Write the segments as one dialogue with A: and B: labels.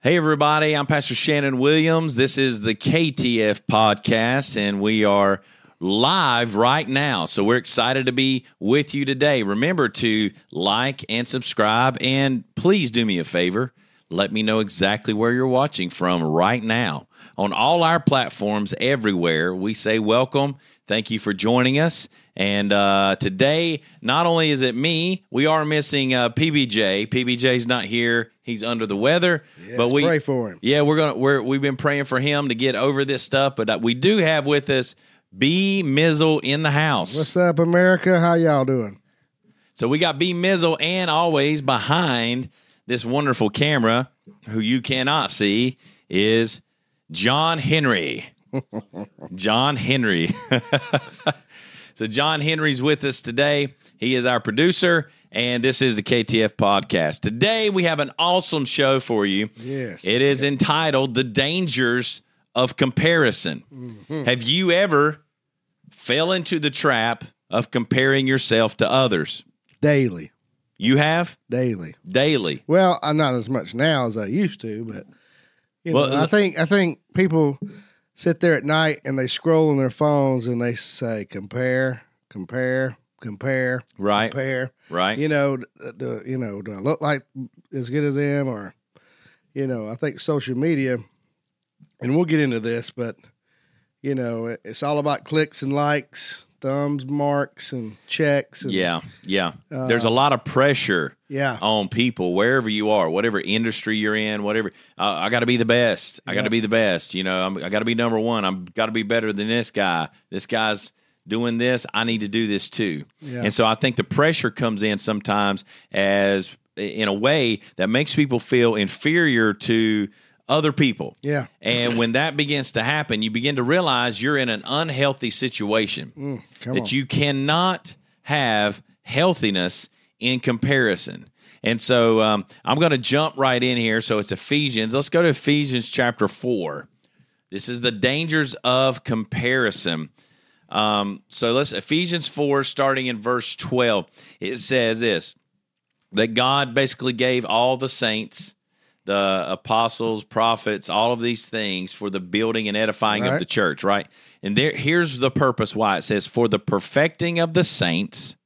A: Hey, everybody, I'm Pastor Shannon Williams. This is the KTF podcast, and we are live right now. So we're excited to be with you today. Remember to like and subscribe, and please do me a favor. Let me know exactly where you're watching from right now. On all our platforms everywhere, we say welcome. Thank you for joining us. And uh, today, not only is it me, we are missing uh, PBJ. PBJ's not here; he's under the weather. but
B: let's
A: we
B: pray for him.
A: Yeah, we're gonna we're we've been praying for him to get over this stuff. But uh, we do have with us B Mizzle in the house.
B: What's up, America? How y'all doing?
A: So we got B Mizzle and always behind this wonderful camera, who you cannot see, is John Henry. John Henry. so John Henry's with us today. He is our producer, and this is the KTF podcast. Today we have an awesome show for you.
B: Yes.
A: It is entitled The Dangers of Comparison. Have you ever fell into the trap of comparing yourself to others?
B: Daily,
A: You have
B: daily.
A: daily.
B: Well, I'm not as much now as I used to, but you know,
A: Well,
B: I
A: look-
B: think I think people sit there at night and they scroll on their phones and they say compare, compare, compare,
A: Right.
B: compare.
A: Right.
B: You know, d- do, you know, do I look like as good as them, or you know, I think social media, and we'll get into this, but you know, it- it's all about clicks and likes, thumbs, marks, and checks. And,
A: Yeah. Yeah. There's a lot of pressure
B: yeah.
A: on people wherever you are, whatever industry you're in, whatever. Uh, I got to be the best. I got to
B: Yeah.
A: be the best. You know, I'm, I got to be number one. I'm got to be better than this guy. This guy's doing this. I need to do this too.
B: Yeah.
A: And so I think the pressure comes in sometimes as in a way that makes people feel inferior to other people.
B: Yeah.
A: And when that begins to happen, you begin to realize you're in an unhealthy situation
B: Come
A: that
B: on.
A: you cannot have healthiness in comparison. And so um, I'm going to jump right in here. So it's Ephesians. Let's go to Ephesians chapter 4. This is the dangers of comparison. Um, so let's, Ephesians 4, starting in verse 12, it says this that God basically gave all the saints, the apostles, prophets, all of these things for the building and edifying of
B: Right.
A: the church, right? And there here's the purpose why it says for the perfecting of the saints,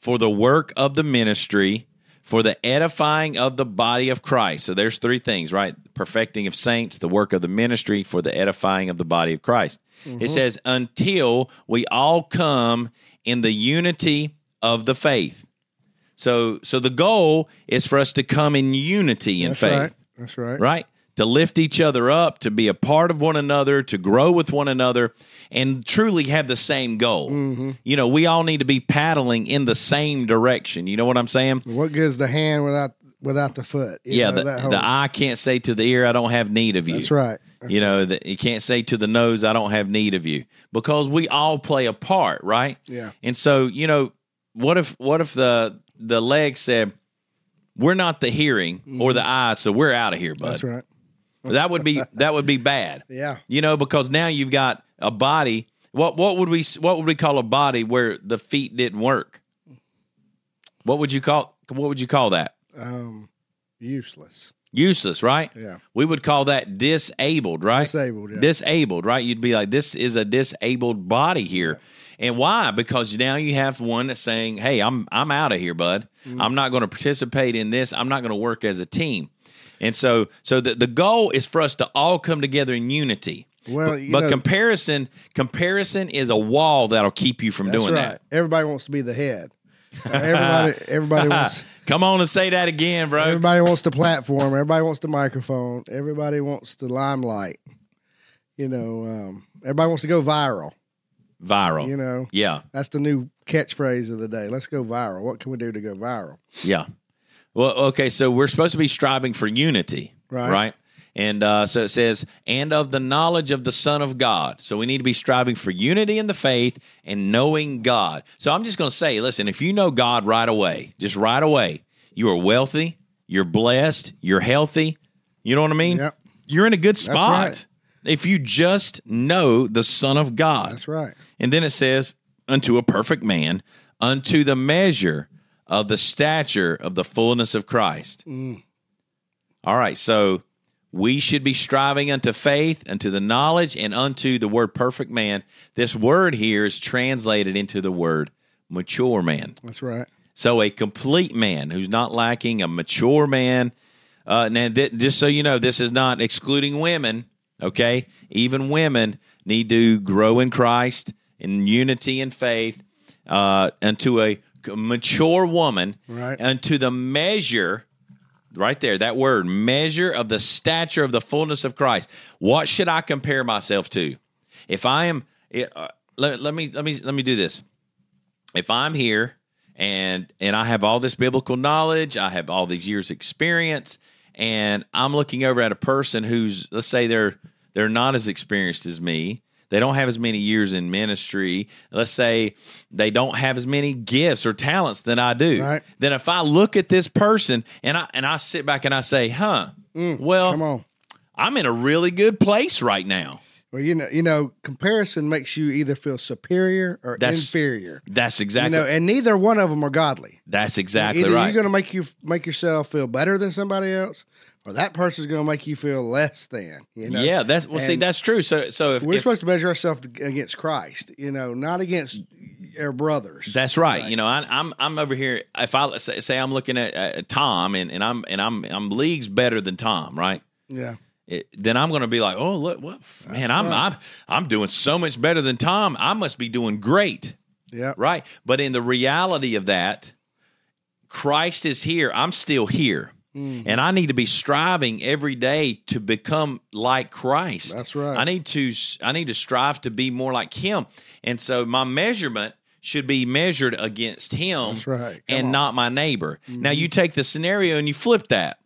A: for the work of the ministry, for the edifying of the body of Christ. So there's three things, right? Perfecting of saints, the work of the ministry, for the edifying of the body of Christ.
B: Mm-hmm.
A: It says until we all come in the unity of the faith. So so the goal is for us to come in unity in
B: That's
A: faith
B: right. That's right.
A: right? To lift each other up, to be a part of one another, to grow with one another, and truly have the same goal.
B: Mm-hmm.
A: You know, we all need to be paddling in the same direction. You know what I'm saying?
B: What good is the hand without without the foot? You
A: yeah,
B: know,
A: the,
B: that
A: the
B: whole-
A: eye can't say to the ear, I don't have need of you.
B: That's right.
A: You know, that you can't say to the nose, I don't have need of you. Because we all play a part, right?
B: Yeah.
A: And so, you know, what if what if the the leg said, We're not the hearing or the eye, so we're out of here, bud.
B: Mm-hmm. That's right.
A: That would be that would be bad.
B: Yeah.
A: You know, because now you've got a body. What what would we what would we call a body where the feet didn't work? What would you call what would you call that?
B: Um, useless.
A: Useless, right?
B: Yeah.
A: We would call that disabled, right?
B: Disabled. Yeah.
A: Disabled, right? You'd be like, this is a disabled body here. And why? Because now you have one that's saying, "Hey, I'm I'm out of here, bud.
B: Mm-hmm.
A: I'm not going to participate in this. I'm not going to work as a team." And so, so the, the goal is for us to all come together in unity.
B: Well,
A: but,
B: you
A: but
B: know-
A: comparison comparison is a wall that'll keep you from
B: That's
A: doing
B: right. Everybody wants to be the head. Everybody. Everybody wants.
A: that. Come on and say that again, bro.
B: Everybody wants the platform. Everybody wants the microphone. Everybody wants the limelight. You know, um, everybody wants to go viral.
A: Viral.
B: You know,
A: yeah.
B: that's the new catchphrase of the day. Let's go viral. What can we do to go viral?
A: Yeah. Well, okay, so we're supposed to be striving for unity, right?
B: Right.
A: And uh, so it says, and of the knowledge of the Son of God. So we need to be striving for unity in the faith and knowing God. So I'm just going to say, listen, if you know God right away, just right away, you are wealthy, you're blessed, you're healthy. You know what I mean?
B: Yep.
A: You're in a good spot
B: right.
A: if you just know the Son of God.
B: That's right.
A: And then it says, unto a perfect man, unto the measure of the stature of the fullness of Christ. All right, so We should be striving unto faith, unto the knowledge, and unto the word perfect man. This word here is translated into the word mature man.
B: That's right.
A: So a complete man who's not lacking, a mature man. Uh, now, th- just so you know, this is not excluding women. Okay, even women need to grow in Christ in unity and faith uh, unto a c- mature woman,
B: Right.
A: unto the measure. Right there, that word measure of the stature of the fullness of Christ. What should I compare myself to? If I am, it, uh, let, let me let me let me do this if I'm here and and I have all this biblical knowledge, I have all these years experience, and I'm looking over at a person who's let's say they're they're not as experienced as me. They don't have as many years in ministry. Let's say they don't have as many gifts or talents than I do.
B: Right.
A: Then if I look at this person and I and I sit back and I say, "Huh,
B: Mm, Come
A: well,
B: on.
A: I'm in a really good place right now."
B: Well, you know, you know, comparison makes you either feel superior or
A: That's
B: inferior.
A: That's
B: You
A: exactly
B: know, and neither one of them are godly.
A: that's exactly
B: Either
A: right.
B: you're going to make you make yourself feel better than somebody else, or that person's going to make you feel less than. You know.
A: yeah, that's well. see,
B: And-
A: that's true. So, so if,
B: We're
A: if
B: supposed to measure ourselves against Christ, you know, not against our brothers.
A: That's right. You know, I, I'm I'm over here. If I say, say I'm looking at, at Tom and, and I'm and I'm I'm leagues better than Tom, right?
B: yeah.
A: It, then I'm going to be like, oh look, what man, I'm I'm I'm doing so much better than Tom. I must be doing great,
B: Yeah.
A: right? But in the reality of that, Christ is here. I'm still here.
B: Mm.
A: And I need to be striving every day to become like Christ.
B: That's right.
A: I need to I need to strive to be more like him. And so my measurement should be measured against him
B: That's right. Come
A: and
B: on. Mm-hmm.
A: not my neighbor. Now you take the scenario and you flip that.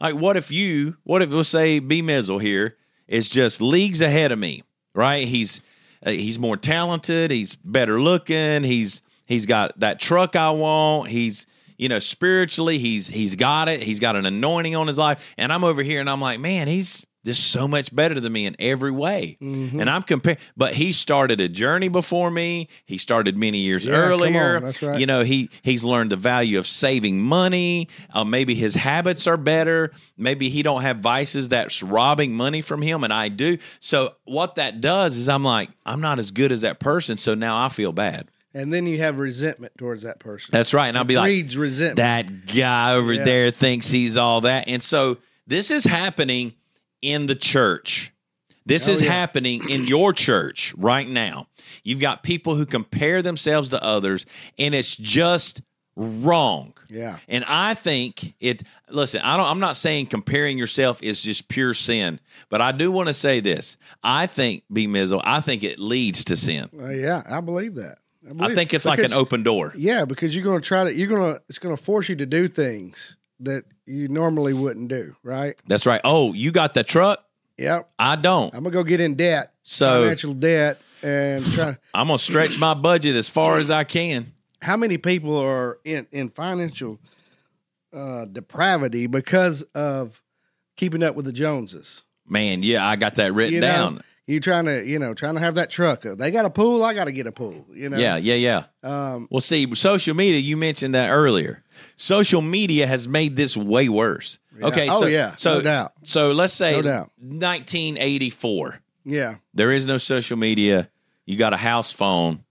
A: Like what if you what if we'll say B Mizzle here is just leagues ahead of me, right? He's uh, he's more talented, he's better looking, he's he's got that truck I want, he's you know spiritually he's he's got it, he's got an anointing on his life and I'm over here and I'm like, man, he's just so much better than me in every way.
B: Mm-hmm.
A: And I'm comparing but he started a journey before me. He started many years
B: come on,
A: earlier.
B: that's right.
A: You know, he he's learned the value of saving money. Uh, maybe his habits are better. Maybe he don't have vices that's robbing money from him, and I do. So what that does is I'm like, I'm not as good as that person. So now I feel bad.
B: And then you have resentment towards that person.
A: That's right, and I'll be like,
B: breeds resentment.
A: that guy over
B: Yeah.
A: there thinks he's all that, and so this is happening in the church. This
B: Oh,
A: is
B: yeah.
A: happening in your church right now. You've got people who compare themselves to others, and it's just wrong.
B: yeah.
A: And I think it listen, I don't I'm not saying comparing yourself is just pure sin, but I do want to say this. I think B Mizzle, I think it leads to sin.
B: Uh, yeah. I believe that. I, believe
A: I think it's like an
B: because-
A: open door.
B: Yeah, because you're going to try to. You're going to. It's going to force you to do things that you normally wouldn't do. Right.
A: That's right. Oh, you got the truck?
B: Yep.
A: I don't.
B: I'm gonna go get in debt,
A: So-
B: financial debt, and try.
A: I'm going to stretch my budget as far as I can.
B: How many people are in in financial uh, depravity because of keeping up with the Joneses?
A: Man, yeah, I got that written
B: You know,
A: down.
B: you trying to you know trying to have that truck. Uh, They got a pool. I got to get a pool. You know.
A: Yeah, yeah, yeah.
B: Um,
A: Well, see, social media, you mentioned that earlier. Social media has made this way worse. Okay.
B: Oh,
A: so,
B: yeah,
A: So,
B: no doubt.
A: so let's say
B: No doubt.
A: 1984.
B: yeah.
A: There is no social media. You got a house phone.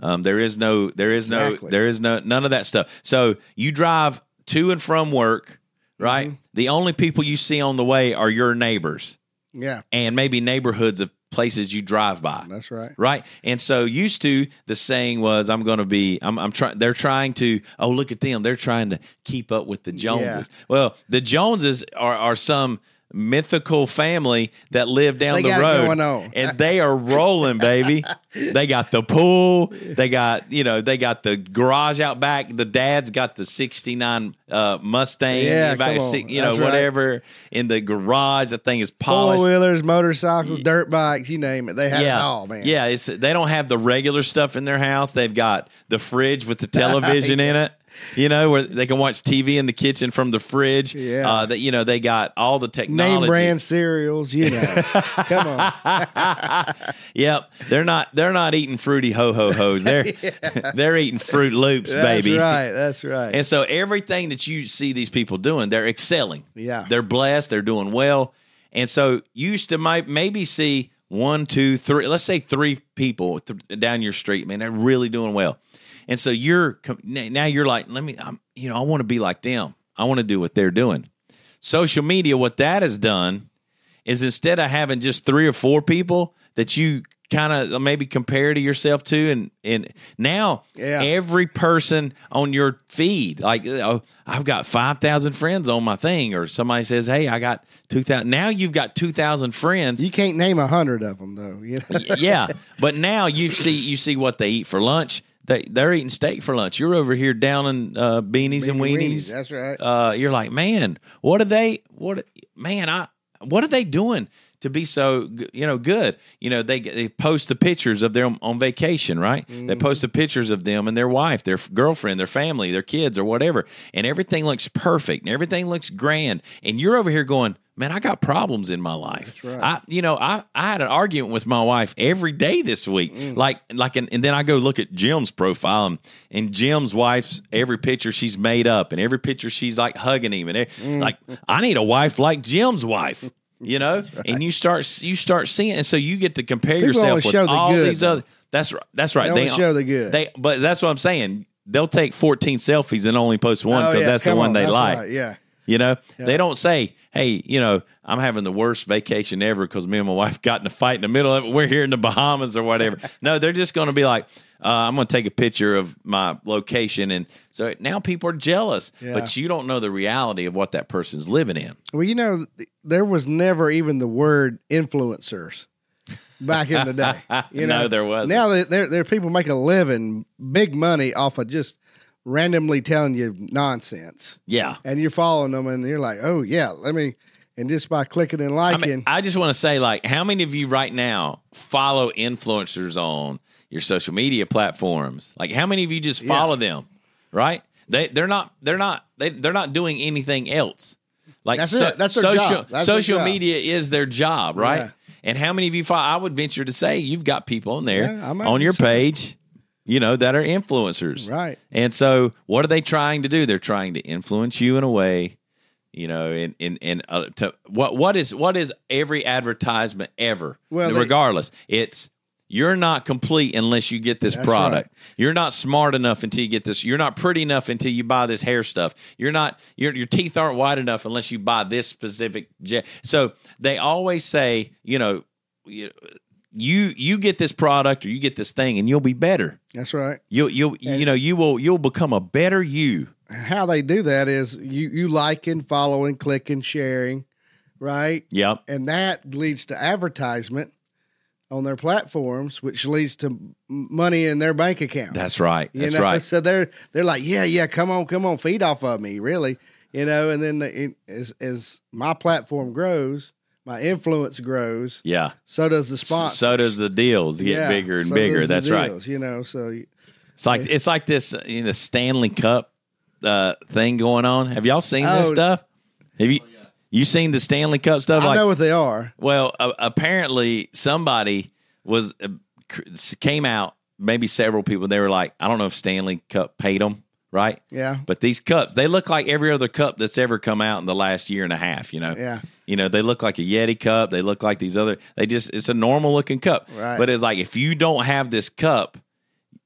A: Um, there is no, there is no,
B: Exactly.
A: there is no, none of that stuff. So you drive to and from work,
B: Mm-hmm.
A: right? The only people you see on the way are your neighbors
B: Yeah.
A: and maybe neighborhoods of places you drive by
B: That's right.
A: right? And so used to the saying was, "I'm going to be." I'm, I'm trying. They're trying to. Oh, look at them! They're trying to keep up with the Joneses. Well, the Joneses are are some mythical family that live down
B: They
A: the
B: got it
A: road
B: going on.
A: and they are rolling baby they got the pool they got you know they got the garage out back the dad's got the 69 uh mustang
B: Yeah,
A: back,
B: come on.
A: si- you know
B: That's right.
A: whatever in the garage the thing is
B: Four
A: polished
B: wheelers, motorcycles, dirt bikes, you name it. They have
A: yeah.
B: it all, Oh, man.
A: Yeah, it's they don't have the regular stuff in their house. They've got the fridge with the television in it. You know, where they can watch TV in the kitchen from the fridge.
B: Yeah.
A: Uh, that you know, they got all the technology.
B: Name brand cereals, you know. Come on.
A: Yep. They're not they're not eating fruity ho ho ho's. They're they're eating fruit loops,
B: That's
A: baby.
B: right. That's right.
A: And so everything that you see these people doing, they're excelling.
B: Yeah.
A: They're blessed, they're doing well. And so you used to might maybe see one, two, three, let's say three people th- down your street, man, they're really doing well. And so you're com- n- now you're like, let me, I'm, you know, I want to be like them. I want to do what they're doing. Social media, what that has done is instead of having just three or four people that you kind of maybe compare to yourself to, and and now
B: Yeah.
A: every person on your feed, like oh, I've got five thousand friends on my thing, or somebody says, hey, I got two thousand. Now you've got two thousand friends
B: You can't name a hundred of them though. You know?
A: yeah, but now you see you see what they eat for lunch. They they're eating steak for lunch. You're over here down in uh, beanies and
B: Beanie
A: weenies.
B: That's right.
A: Uh, you're like, man, what are they? What man? I what are they doing to be so g- you know good? You know they they post the pictures of them on vacation, right? They post the pictures of them and their wife, their f- girlfriend, their family, their kids, or whatever, and everything looks perfect and everything looks grand. And you're over here going. Man, I got problems in my life.
B: right.
A: I, you know, I, I had an argument with my wife every day this week.
B: Mm.
A: Like, like, and, and then I go look at Jim's profile, and, and Jim's wife's every picture she's made up, and every picture she's like hugging him, and e-
B: Mm.
A: like, I need a wife like Jim's wife, you know. And you start, you start seeing, and so you get to compare yourself
B: only
A: with
B: show the
A: all
B: good,
A: these
B: though.
A: other. That's right. That's right.
B: They only show the good.
A: They, but that's what I'm saying. They'll take 14 selfies and only post one
B: Oh,
A: because
B: yeah,
A: that's the
B: come
A: one
B: on,
A: they
B: that's
A: like.
B: right, Yeah.
A: You know, they don't say, "Hey, you know, I'm having the worst vacation ever because me and my wife got in a fight in the middle of it. We're here in the Bahamas or whatever." no, they're just going to be like, uh, "I'm going to take a picture of my location," and so now people are jealous,
B: Yeah.
A: but you don't know the reality of what that person's living in.
B: Well, you know, th- there was never even the word influencers back in the day. You
A: No,
B: know,
A: there wasn't.
B: Now there- there there are people make a living, big money off of just randomly telling you nonsense,
A: Yeah.
B: and you're following them, and you're like, oh yeah, let me, and just by clicking and
A: I,
B: liking,
A: mean, I just want to say, like, how many of you right now follow influencers on your social media platforms? Like, how many of you just follow them? Right? They they're not they're not they they're not doing anything else. Like
B: That's
A: so-
B: it. That's their
A: social
B: job. That's their
A: social
B: job.
A: media is their job, right?
B: Yeah.
A: And how many of you follow? I would venture to say you've got people on there
B: Yeah, I might
A: on your
B: just say-
A: page, you know, that are influencers,
B: right?
A: and so, what are they trying to do? They're trying to influence you in a way, you know, and and and uh, to, what what is what is every advertisement ever?
B: Well, they-
A: regardless, it's you're not complete unless you get this
B: That's
A: product. You're not smart enough until you get this. You're not pretty enough until you buy this hair stuff. You're not your your teeth aren't white enough unless you buy this specific jet. So they always say, you know, you you you get this product or you get this thing and you'll be better.
B: That's right.
A: You'll you'll you know you will you'll become a better you.
B: How they do that is you you liking, following, clicking, sharing, right?
A: Yep.
B: and that leads to advertisement on their platforms, which leads to m- money in their bank account.
A: That's right.
B: you
A: That's
B: know?
A: right.
B: So they're they're like, yeah, yeah, come on, come on, feed off of me, really, you know. And then the, it- as as my platform grows, my influence grows,
A: Yeah.
B: so does the
A: S-
B: sponsor.
A: So does the deals get
B: Yeah,
A: bigger and
B: so
A: bigger.
B: does the
A: That's right.
B: deals, You know, so y-
A: It's like it's like this uh, you know Stanley Cup uh, thing going on. Have y'all seen this
B: Oh.
A: stuff? Have you you seen the Stanley Cup stuff?
B: I
A: Like
B: know what they are.
A: Well, uh, apparently somebody was uh, cr- came out. Maybe several people. They were like, I don't know if Stanley Cup paid them right,
B: Yeah,
A: but these cups they look like every other cup that's ever come out in the last year and a half. You know,
B: yeah,
A: You know, they look like a Yeti cup. They look like these other. They just it's a normal looking cup.
B: Right.
A: But it's like if you don't have this cup,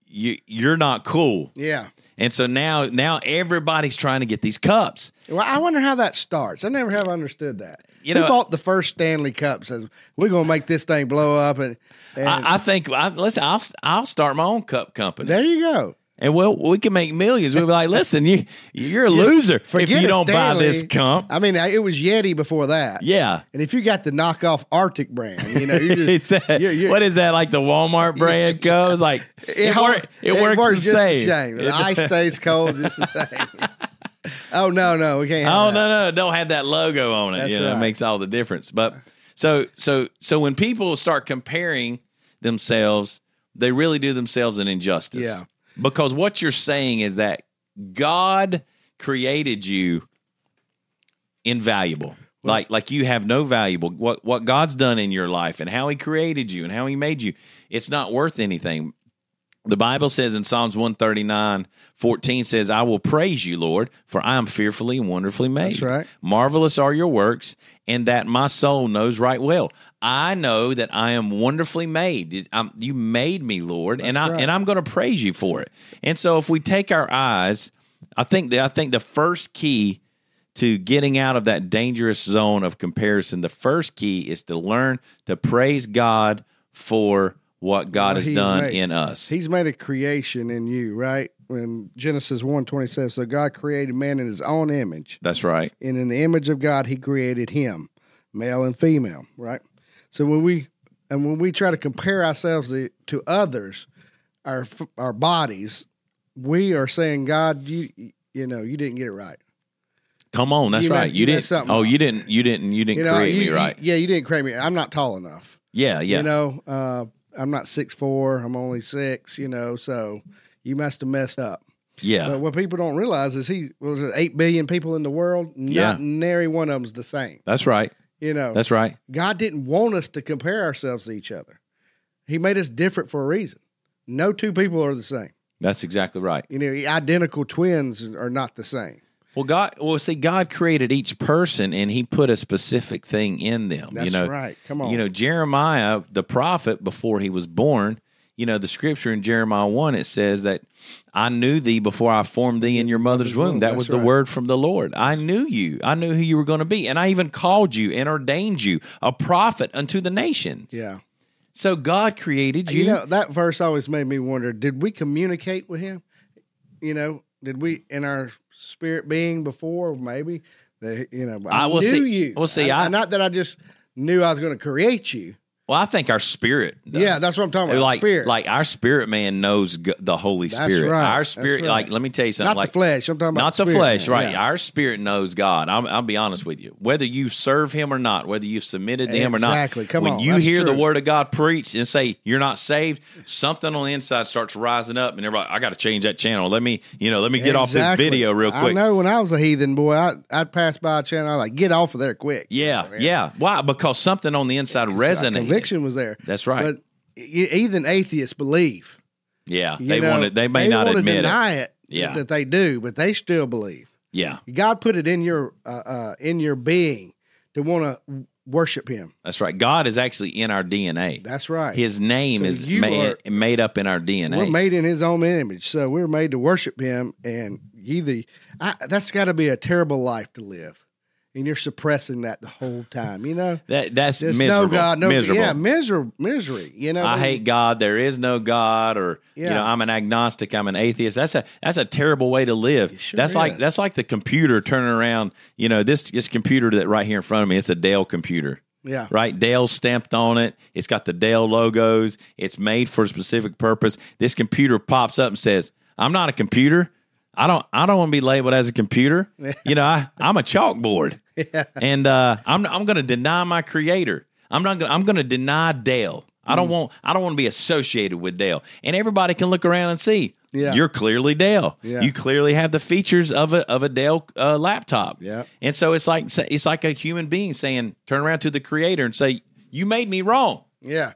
A: you you're not cool.
B: yeah.
A: And so now now everybody's trying to get these cups.
B: Well, I wonder how that starts. I never have understood that.
A: You
B: You
A: know-
B: Who bought the first Stanley Cup? Says we're gonna make this thing blow up, and, and
A: I, I think I, listen, I'll I'll start my own cup company,
B: there you go.
A: and well we can make millions. We'll be like, listen, you you're a loser if
B: Forget
A: you
B: a
A: don't buy this
B: Stanley.
A: cup.
B: I mean, I- it was Yeti before that.
A: Yeah.
B: And if you got the knockoff Arctic brand, you know, you
A: It's
B: just,
A: that,
B: you're- you're-
A: what is that like the Walmart brand cup? It's like it, wor- it, works, the
B: just
A: same.
B: The ice stays cold just the same. oh no, no, we can't.
A: Oh
B: Have
A: no, no, don't have that logo on it.
B: That's
A: you know, it
B: right.
A: makes all the difference. But so so so when people start comparing themselves, they really do themselves an injustice.
B: Yeah.
A: Because what you're saying is that God created you invaluable. like like you have no valuable what what God's done in your life and how he created you and how he made you. It's not worth anything. The Bible says in Psalms 139, 14 says, I will praise you, Lord, for I am fearfully and wonderfully made.
B: That's right.
A: Marvelous are your works, and that my soul knows right well. I know that I am wonderfully made. I'm, you made me, Lord, and I
B: That's right.
A: and I'm going to praise you for it. And so, if we take our eyes, I think that I think the first key to getting out of that dangerous zone of comparison, the first key is to learn to praise God for what God
B: What
A: has
B: he's
A: done
B: made.
A: in us.
B: He's made a creation in you, right? When Genesis 1 says, So God created man in his own image,
A: That's right.
B: and in the image of God, he created him, male and female, right? So when we and when we try to compare ourselves to, to others, our f- our bodies, we are saying, God, you you know, you didn't get it right.
A: Come on, that's
B: You messed-
A: right. You
B: you
A: didn't.
B: messed something
A: Oh,
B: up.
A: you didn't. You didn't. You didn't
B: You know,
A: create
B: you-
A: me right.
B: you- yeah, you didn't create me. I'm not tall enough.
A: yeah, yeah.
B: You know, uh, I'm not six four. I'm only six. You know, so you must have messed up.
A: yeah.
B: But what people don't realize is he what was it eight billion people in the world. Not
A: Yeah.
B: nary one of them's the same.
A: that's right.
B: You know,
A: That's right.
B: God didn't want us to compare ourselves to each other. He made us different for a reason. No two people are the same.
A: That's exactly right.
B: You know, identical twins are not the same.
A: Well, God. Well, see, God created each person, and He put a specific thing in them.
B: That's
A: you know.
B: right. Come on.
A: You know, Jeremiah, the prophet, before he was born. You know, the scripture in Jeremiah one it says that I knew thee before I formed thee in your mother's
B: womb.
A: womb. That
B: That's
A: was the
B: right.
A: word from the Lord. I knew you. I knew who you were going to be, and I even called you and ordained you a prophet unto the nations.
B: yeah. Uh,
A: So God created you.
B: You know, that verse always made me wonder did we communicate with him? You know, did we in our spirit being before, maybe? That, you know, I,
A: I- well,
B: knew
A: see-
B: you.
A: well, see, I-
B: not that I just knew I was going to create you.
A: Well, I think our spirit. Does.
B: Yeah, that's what I'm talking about,
A: Like,
B: spirit.
A: like our spirit man knows g- the Holy
B: That's
A: Spirit.
B: right,
A: Our
B: that's
A: spirit,
B: right.
A: like, let me tell you something.
B: Not
A: like,
B: the flesh. I'm talking about
A: not the
B: spirit
A: flesh,
B: man.
A: right?
B: Yeah.
A: Our spirit knows God. I'm, I'll be honest with you. Whether you serve Him or not, whether you've submitted to Him or not,
B: Exactly. Come
A: when
B: on,
A: you
B: that's
A: hear the
B: true.
A: Word of God preached and say you're not saved, something on the inside starts rising up, and everybody, I got to change that channel. Let me, you know, let me get off this
B: Exactly.
A: video real
B: I
A: quick.
B: know when I was a heathen boy, I, I'd pass by a channel. I was like, get off of there quick.
A: Yeah, yeah. Why? Because something on the inside
B: That
A: resonated.
B: Conviction was there.
A: That's right.
B: But y- even atheists believe.
A: yeah,
B: you
A: they
B: know,
A: want it. They may
B: they
A: not
B: wanna
A: admit it.
B: deny it.
A: Yeah.
B: that they do, but they still believe.
A: Yeah,
B: God put it in your uh, uh, in your being to want to worship Him.
A: that's right. God is actually in our DNA.
B: That's right.
A: His name
B: So
A: is
B: you
A: ma-
B: are-
A: made up in our
B: we're
A: DNA.
B: made in His own image, so we're made to worship Him. And either I, that's got to be a terrible life to live, and you're suppressing that the whole time. You know,
A: that that's
B: there's
A: miserable.
B: no God, no
A: miserable.
B: yeah, miser, misery. You know,
A: I hate God. There is no God, or you
B: Yeah.
A: know, I'm an agnostic. I'm an atheist. That's a that's a terrible way to live.
B: sure
A: that's like
B: is.
A: that's like the computer turning around. You know, this this computer that right here in front of me. It's a Dell computer.
B: Yeah,
A: right? Dell stamped on it. It's got the Dell logos. It's made for a specific purpose. This computer pops up and says, "I'm not a computer. I don't. I don't want to be labeled as a computer. You know, I, I'm a chalkboard, and uh, I'm I'm going to deny my creator. I'm not. Gonna, I'm going to deny Dell. I
B: Mm.
A: don't want. I don't want to be associated with Dell. And everybody can look around and see.
B: Yeah.
A: You're clearly Dell.
B: Yeah.
A: You clearly have the features of a of a Dell uh, laptop.
B: Yeah.
A: And so it's like it's like a human being saying, turn around to the creator and say, You made me wrong.
B: yeah,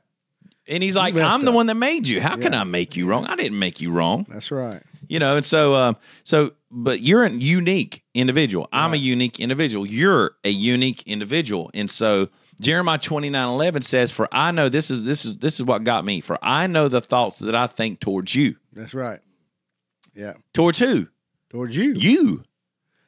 A: And he's like,
B: messed
A: I'm the
B: up.
A: one that made you. How can
B: Yeah.
A: I make you wrong? I didn't make you wrong.
B: that's right.
A: You know, and so um, so but you're a unique individual. I'm a unique individual. You're a unique individual. And so Jeremiah 29 11 says, For I know this is this is this is what got me, for I know the thoughts that I think towards you.
B: That's right. Yeah,
A: Towards who?
B: towards you.
A: You.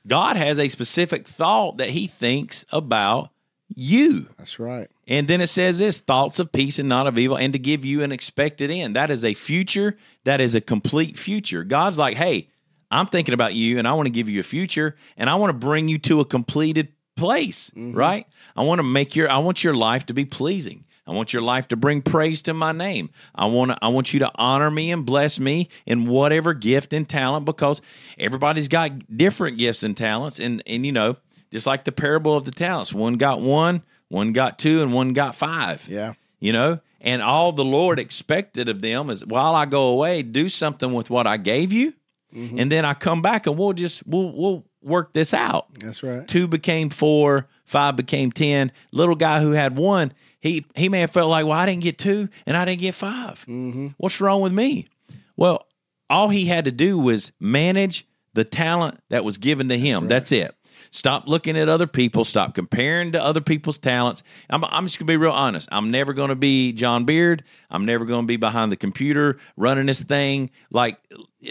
A: God has a specific thought that he thinks about you.
B: That's right.
A: And then it says this thoughts of peace and not of evil, and to give you an expected end. That is a future. That is a complete future. God's like, hey, I'm thinking about you, and I want to give you a future, and I want to bring you to a completed place, right? I want to make your, I want your life to be pleasing. I want your life to bring praise to my name. I want to, I want you to honor me and bless me in whatever gift and talent because everybody's got different gifts and talents and and you know, just like the parable of the talents, one got one, one got two and one got five.
B: Yeah.
A: You know, and all the Lord expected of them is while I go away, do something with what I gave you, and then I come back and we'll just we'll we'll work this out
B: That's right.
A: two became four, five became ten. Little guy who had one,
B: Mm-hmm,
A: he he may have felt like, well, I didn't get two and I didn't get 5 What's wrong with me? Well, all he had to do was manage the talent that was given to him. That's, it. Stop looking at other people. Stop comparing to other people's talents. I'm, I'm just going to be real honest. I'm never going to be John Beard. I'm never going to be behind the computer running this thing like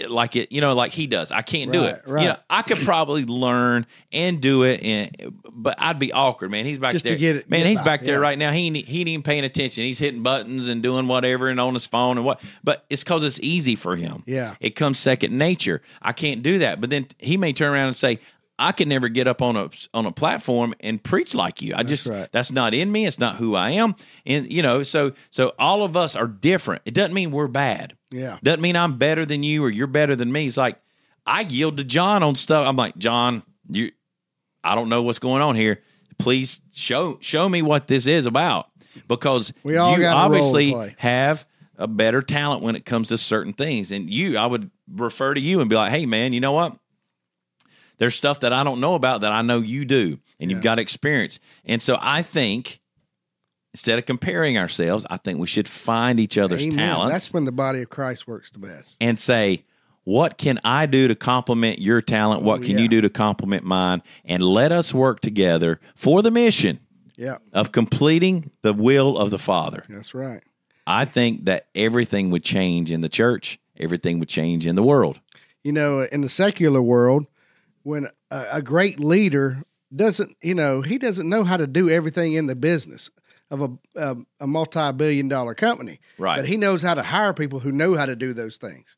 A: like it you know like he does. I can't do
B: Right,
A: it.
B: right.
A: You know, I could probably learn and do it, and but I'd be awkward, man. He's back
B: Just to
A: there,
B: get it-
A: man.
B: get
A: he's
B: by,
A: back there
B: yeah.
A: right right now he ain't, he ain't even paying attention. He's hitting buttons and doing whatever and on his phone and what. But it's because it's easy for him.
B: Yeah.
A: it comes second nature. I can't do that. But then he may turn around and say, "I can never get up on a on a platform and preach like you. I just
B: right.
A: that's not in me. It's not who I am." And you know, so so all of us are different. It doesn't mean we're bad.
B: Yeah.
A: Doesn't mean I'm better than you or you're better than me. It's like I yield to John on stuff. I'm like, John, you I don't know what's going on here. Please show show me what this is about. Because
B: We all
A: you
B: got a role to
A: obviously
B: play.
A: have a better talent when it comes to certain things. And you, I would refer to you and be like, hey man, you know what? There's stuff that I don't know about that I know you do, and you've got experience. And so I think instead of comparing ourselves, I think we should find each other's
B: Amen.
A: talents
B: That's when the body of Christ works the best.
A: and say, what can I do to complement your talent? What can
B: Oh, yeah.
A: you do to complement mine? And let us work together for the mission
B: Yeah,
A: of completing the will of the Father.
B: that's right.
A: I think that everything would change in the church, everything would change in the world.
B: You know, in the secular world, when a, a great leader doesn't, you know, he doesn't know how to do everything in the business of a a, a multi-billion dollar company.
A: Right.
B: But he knows how to hire people who know how to do those things.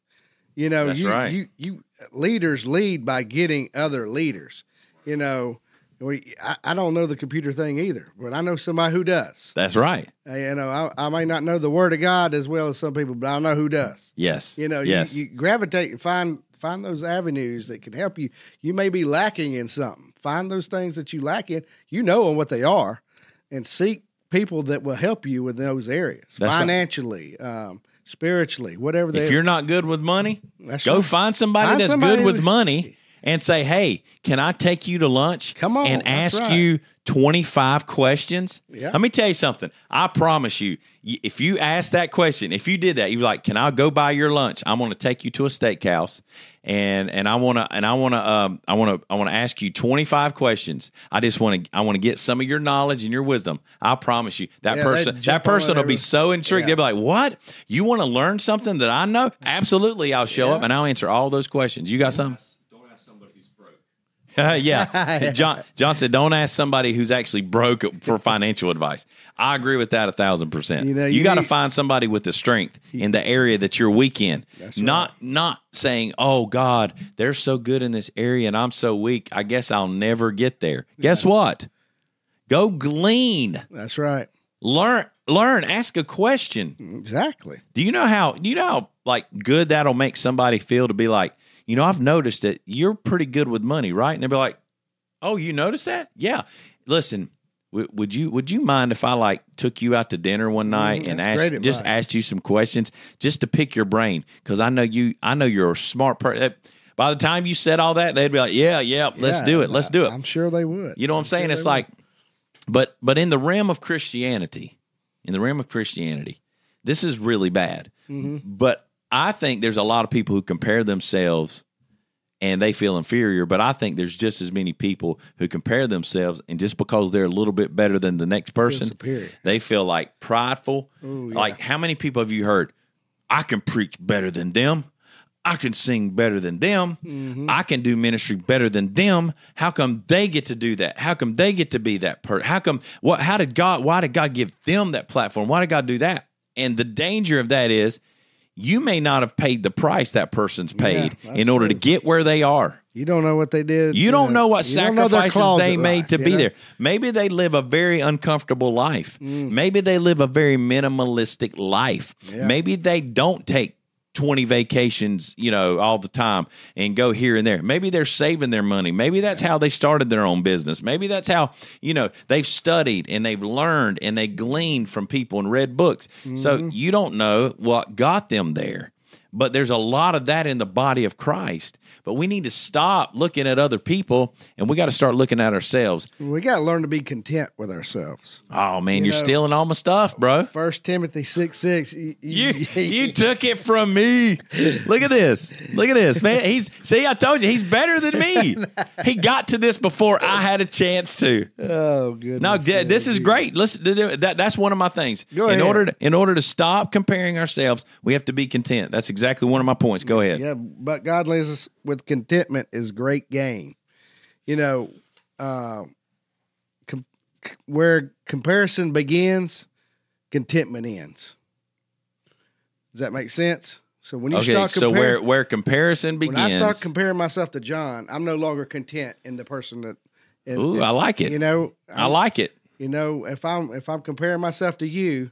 B: You know,
A: That's
B: you,
A: right.
B: you you leaders lead by getting other leaders. You know, we I, I don't know the computer thing either, but I know somebody who does. Uh,
A: That's right.
B: You know, I, I may not know the word of God as well as some people, but I know who does.
A: Yes.
B: You know,
A: yes.
B: you, you gravitate and find find those avenues that can help you. You may be lacking in something. Find those things that you lack in. You know on what they are, and seek people that will help you with those areas
A: That's right.
B: financially, um, spiritually, whatever. They,
A: if you're not good with money,
B: That's
A: go
B: right.
A: find somebody
B: Find
A: that's
B: somebody
A: good with
B: who-
A: money and say, "Hey, can I take you to lunch?
B: Come on,
A: and
B: that's
A: ask
B: right.
A: you twenty five questions."
B: Yeah.
A: Let me tell you something. I promise you, y- if you ask that question, if you did that, you're like, "Can I go buy your lunch? I'm going to take you to a steakhouse, and and I want to and I want to um I want to I want to ask you twenty five questions. I just want to I want to get some of your knowledge and your wisdom. I promise you, that
B: Yeah, they'd
A: person that
B: jump on
A: person will be
B: every-
A: so intrigued.
B: Yeah.
A: They'll be like, "What? You want to learn something that I know? Absolutely, I'll show up and I'll answer all those questions. You got something?
C: Don't ask somebody who's broke.
A: yeah. John John said, "Don't ask somebody who's actually broke for financial advice." I agree with that a thousand percent. You,
B: You know, you
A: got to
B: need-
A: find somebody with the strength in the area that you're weak in. Not not saying, "Oh God, they're so good in this area and I'm so weak. I guess I'll never get there." Guess what? Go glean,
B: that's right.
A: learn, learn. Ask a question.
B: Exactly.
A: Do you know how you know how like good that'll make somebody feel to be like, you know, I've noticed that you're pretty good with money, right? And they'll be like, Oh, you noticed that? Yeah. Listen, w- would you would you mind if I like took you out to dinner one night and
B: Mm, that's
A: asked
B: great
A: just
B: advice.
A: asked you some questions just to pick your brain because I know you I know you're a smart person. By the time you said all that, they'd be like, "Yeah, yeah, let's
B: Yeah,
A: do it, let's do it."
B: I'm sure they would.
A: You know what I'm saying?
B: sure
A: It's
B: they would.
A: like, but but in the realm of Christianity, in the realm of Christianity, this is really bad.
B: Mm-hmm.
A: But I think there's a lot of people who compare themselves and they feel inferior. But I think there's just as many people who compare themselves and just because they're a little bit better than the next person,
B: superior.
A: they feel like prideful. Like how many people have you heard? I can preach better than them. I can sing better than them.
B: Mm-hmm.
A: I can do ministry better than them. How come they get to do that? How come they get to be that person? How come what how did God why did God give them that platform? Why did God do that? And the danger of that is you may not have paid the price that person's paid
B: that's
A: in order to get where they are.
B: you don't know what they did.
A: You don't know what
B: you don't know their
A: sacrifices they
B: closet
A: made
B: life,
A: to
B: you
A: be
B: know?
A: there. Maybe they live a very uncomfortable life. Maybe they live a very minimalistic life. Maybe they don't take 20 vacations, you know, all the time and go here and there. Maybe they're saving their money. Maybe that's how they started their own business. Maybe that's how, you know, they've studied and they've learned and they gleaned from people and read books. So you don't know what got them there. But there's a lot of that in the body of Christ. But we need to stop looking at other people and we got to start looking at ourselves.
B: We got to learn to be content with ourselves.
A: Oh man,
B: You
A: you are
B: know-
A: stealing all my stuff, bro.
B: First Timothy six six. You,
A: You you took it from me. Look at this. Look at this, man. He's see, I told you he's better than me. He got to this before I had a chance to.
B: oh goodness.
A: No, th- this is
B: Yeah.
A: great. Listen, th- th- that that's one of my things.
B: Go
A: In
B: ahead.
A: order to, in order to stop comparing ourselves, we have to be content. That's exactly one of my points. Go ahead.
B: Yeah, but godliness with contentment is great gain. You know, uh, com- c- where comparison begins, contentment ends. Does that make sense? So when you
A: Okay,
B: start
A: so
B: comparing,
A: where where comparison
B: when I start
A: begins.
B: comparing myself to John, I'm no longer content in the person that. in-
A: Ooh, I like
B: you
A: it.
B: know,
A: I
B: I'm-
A: like it.
B: you know if i'm if i'm comparing myself to you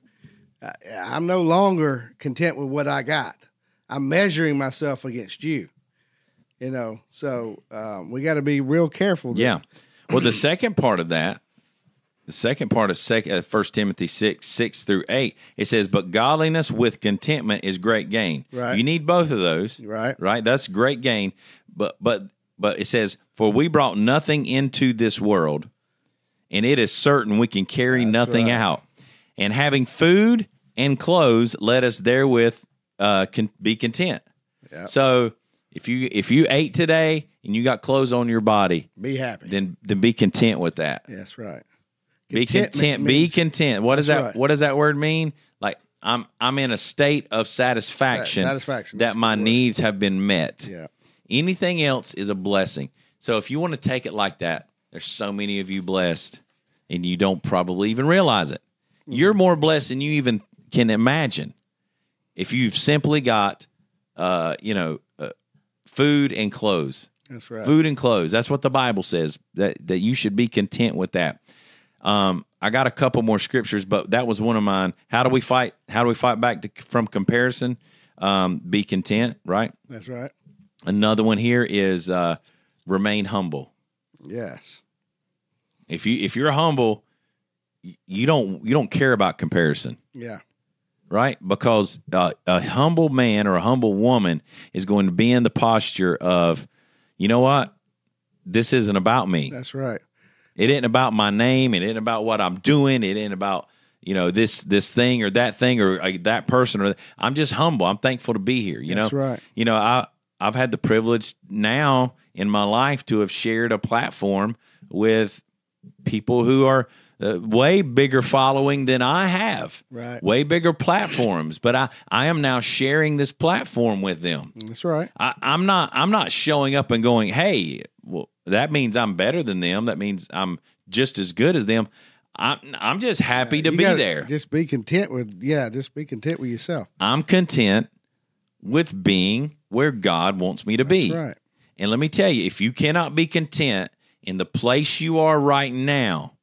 B: I, i'm no longer content with what i got i'm measuring myself against you you know so um, we got to be real careful there.
A: Yeah. Well, the second part of that, the second part of second, uh, 1 Timothy 6, 6 through 8, it says, But godliness with contentment is great gain.
B: Right.
A: You need both of those.
B: right
A: Right? That's great gain. But, but, but it says, For we brought nothing into this world, and it is certain we can carry nothing out. And having food and clothes, let us therewith uh, con- be content.
B: Yeah.
A: So if you if you ate today and you got clothes on your body,
B: be happy
A: then then be content with that.
B: yes right
A: Be
B: Contentment
A: content. Be
B: means
A: content. What does that
B: That's right.
A: What does that word mean? Like I'm I'm in a state of satisfaction.
B: satisfaction, that's
A: that
B: a
A: my
B: good word.
A: needs have been met.
B: yeah
A: Anything else is a blessing. So if you want to take it like that, there's so many of you blessed, and you don't probably even realize it.
B: Mm-hmm.
A: You're more blessed than you even can imagine. If you've simply got, uh, you know, uh, food and clothes
B: that's right
A: food and clothes. That's what the Bible says that that you should be content with that. Um, I got a couple more scriptures, but that was one of mine. How do we fight? How do we fight back to, from comparison? Um, be content, right?
B: that's right
A: Another one here is uh, remain humble.
B: yes
A: If you if you're humble, y- you don't you don't care about comparison.
B: yeah
A: right? Because uh, a humble man or a humble woman is going to be in the posture of, you know what? This isn't about me.
B: that's right
A: It isn't about my name. It isn't about what I'm doing. It isn't about you know this this thing or that thing or uh, that person or I'm just humble. I'm thankful to be here. You
B: That's
A: know,
B: right.
A: You know, I I've had the privilege now in my life to have shared a platform with people who are uh, way bigger following than I have.
B: Right.
A: Way bigger platforms, but I I am now sharing this platform with them.
B: that's right
A: I, I'm not I'm not showing up and going, hey, well, that means I'm better than them. That means I'm just as good as them. I'm I'm just happy to
B: Uh, You
A: be
B: gotta
A: there.
B: just be content with yeah just be content with yourself
A: I'm content with being where God wants me to be.
B: that's right
A: And let me tell you, if you cannot be content in the place you are right now,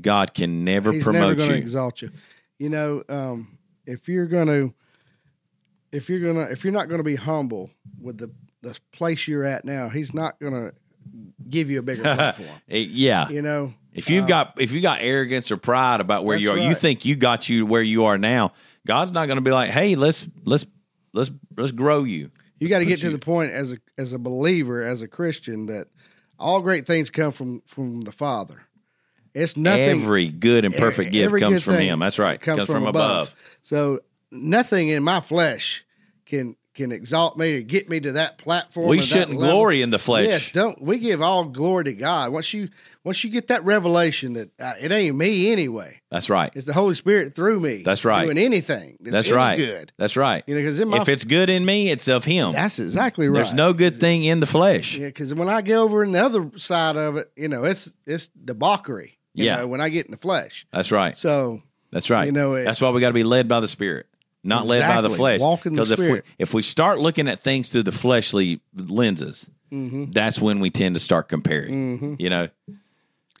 A: God can never
B: He's never
A: promote
B: going to
A: you.
B: exalt you. You know, um, if you're going to, if you're going to, if you're not going to be humble with the the place you're at now, he's not going to give you a bigger platform.
A: Eh, yeah.
B: You know,
A: If you've got if you got arrogance or pride about where you are,
B: That's
A: you
B: right.
A: think you got you where you are now. God's not going to be like, "Hey, let's let's let's let's grow you."
B: you got to get to the point as a as a believer, as a Christian, that all great things come from from the Father. It's nothing. E-,
A: Every good and perfect gift
B: every
A: comes
B: good
A: from
B: thing
A: Him. That's right.
B: Comes, from, above. So nothing in my flesh can can exalt me or get me to that platform. or
A: We
B: that
A: shouldn't
B: level.
A: glory in the flesh.
B: Yes, don't we give all glory to God. Once you once you get that revelation that uh, it ain't me anyway,
A: That's right.
B: it's the Holy Spirit through me.
A: That's right.
B: Doing anything.
A: That's
B: any
A: right.
B: Good.
A: That's right.
B: You know, because in my
A: if it's good in me, it's of Him.
B: that's exactly right.
A: There's no good thing in the flesh.
B: because when I get over in the other side of it, you know, it's it's debauchery. You
A: Yeah.
B: know, when I get in the flesh,
A: That's right.
B: so
A: That's right.
B: You know, it-
A: that's why we got to be led by the Spirit, not led by the
B: Exactly.
A: flesh.
B: Walk in the
A: if we
B: Spirit.
A: if we start looking at things through the fleshly lenses,
B: Mm-hmm.
A: that's when we tend to start comparing. You know,
B: you
A: and,
B: know,
A: and,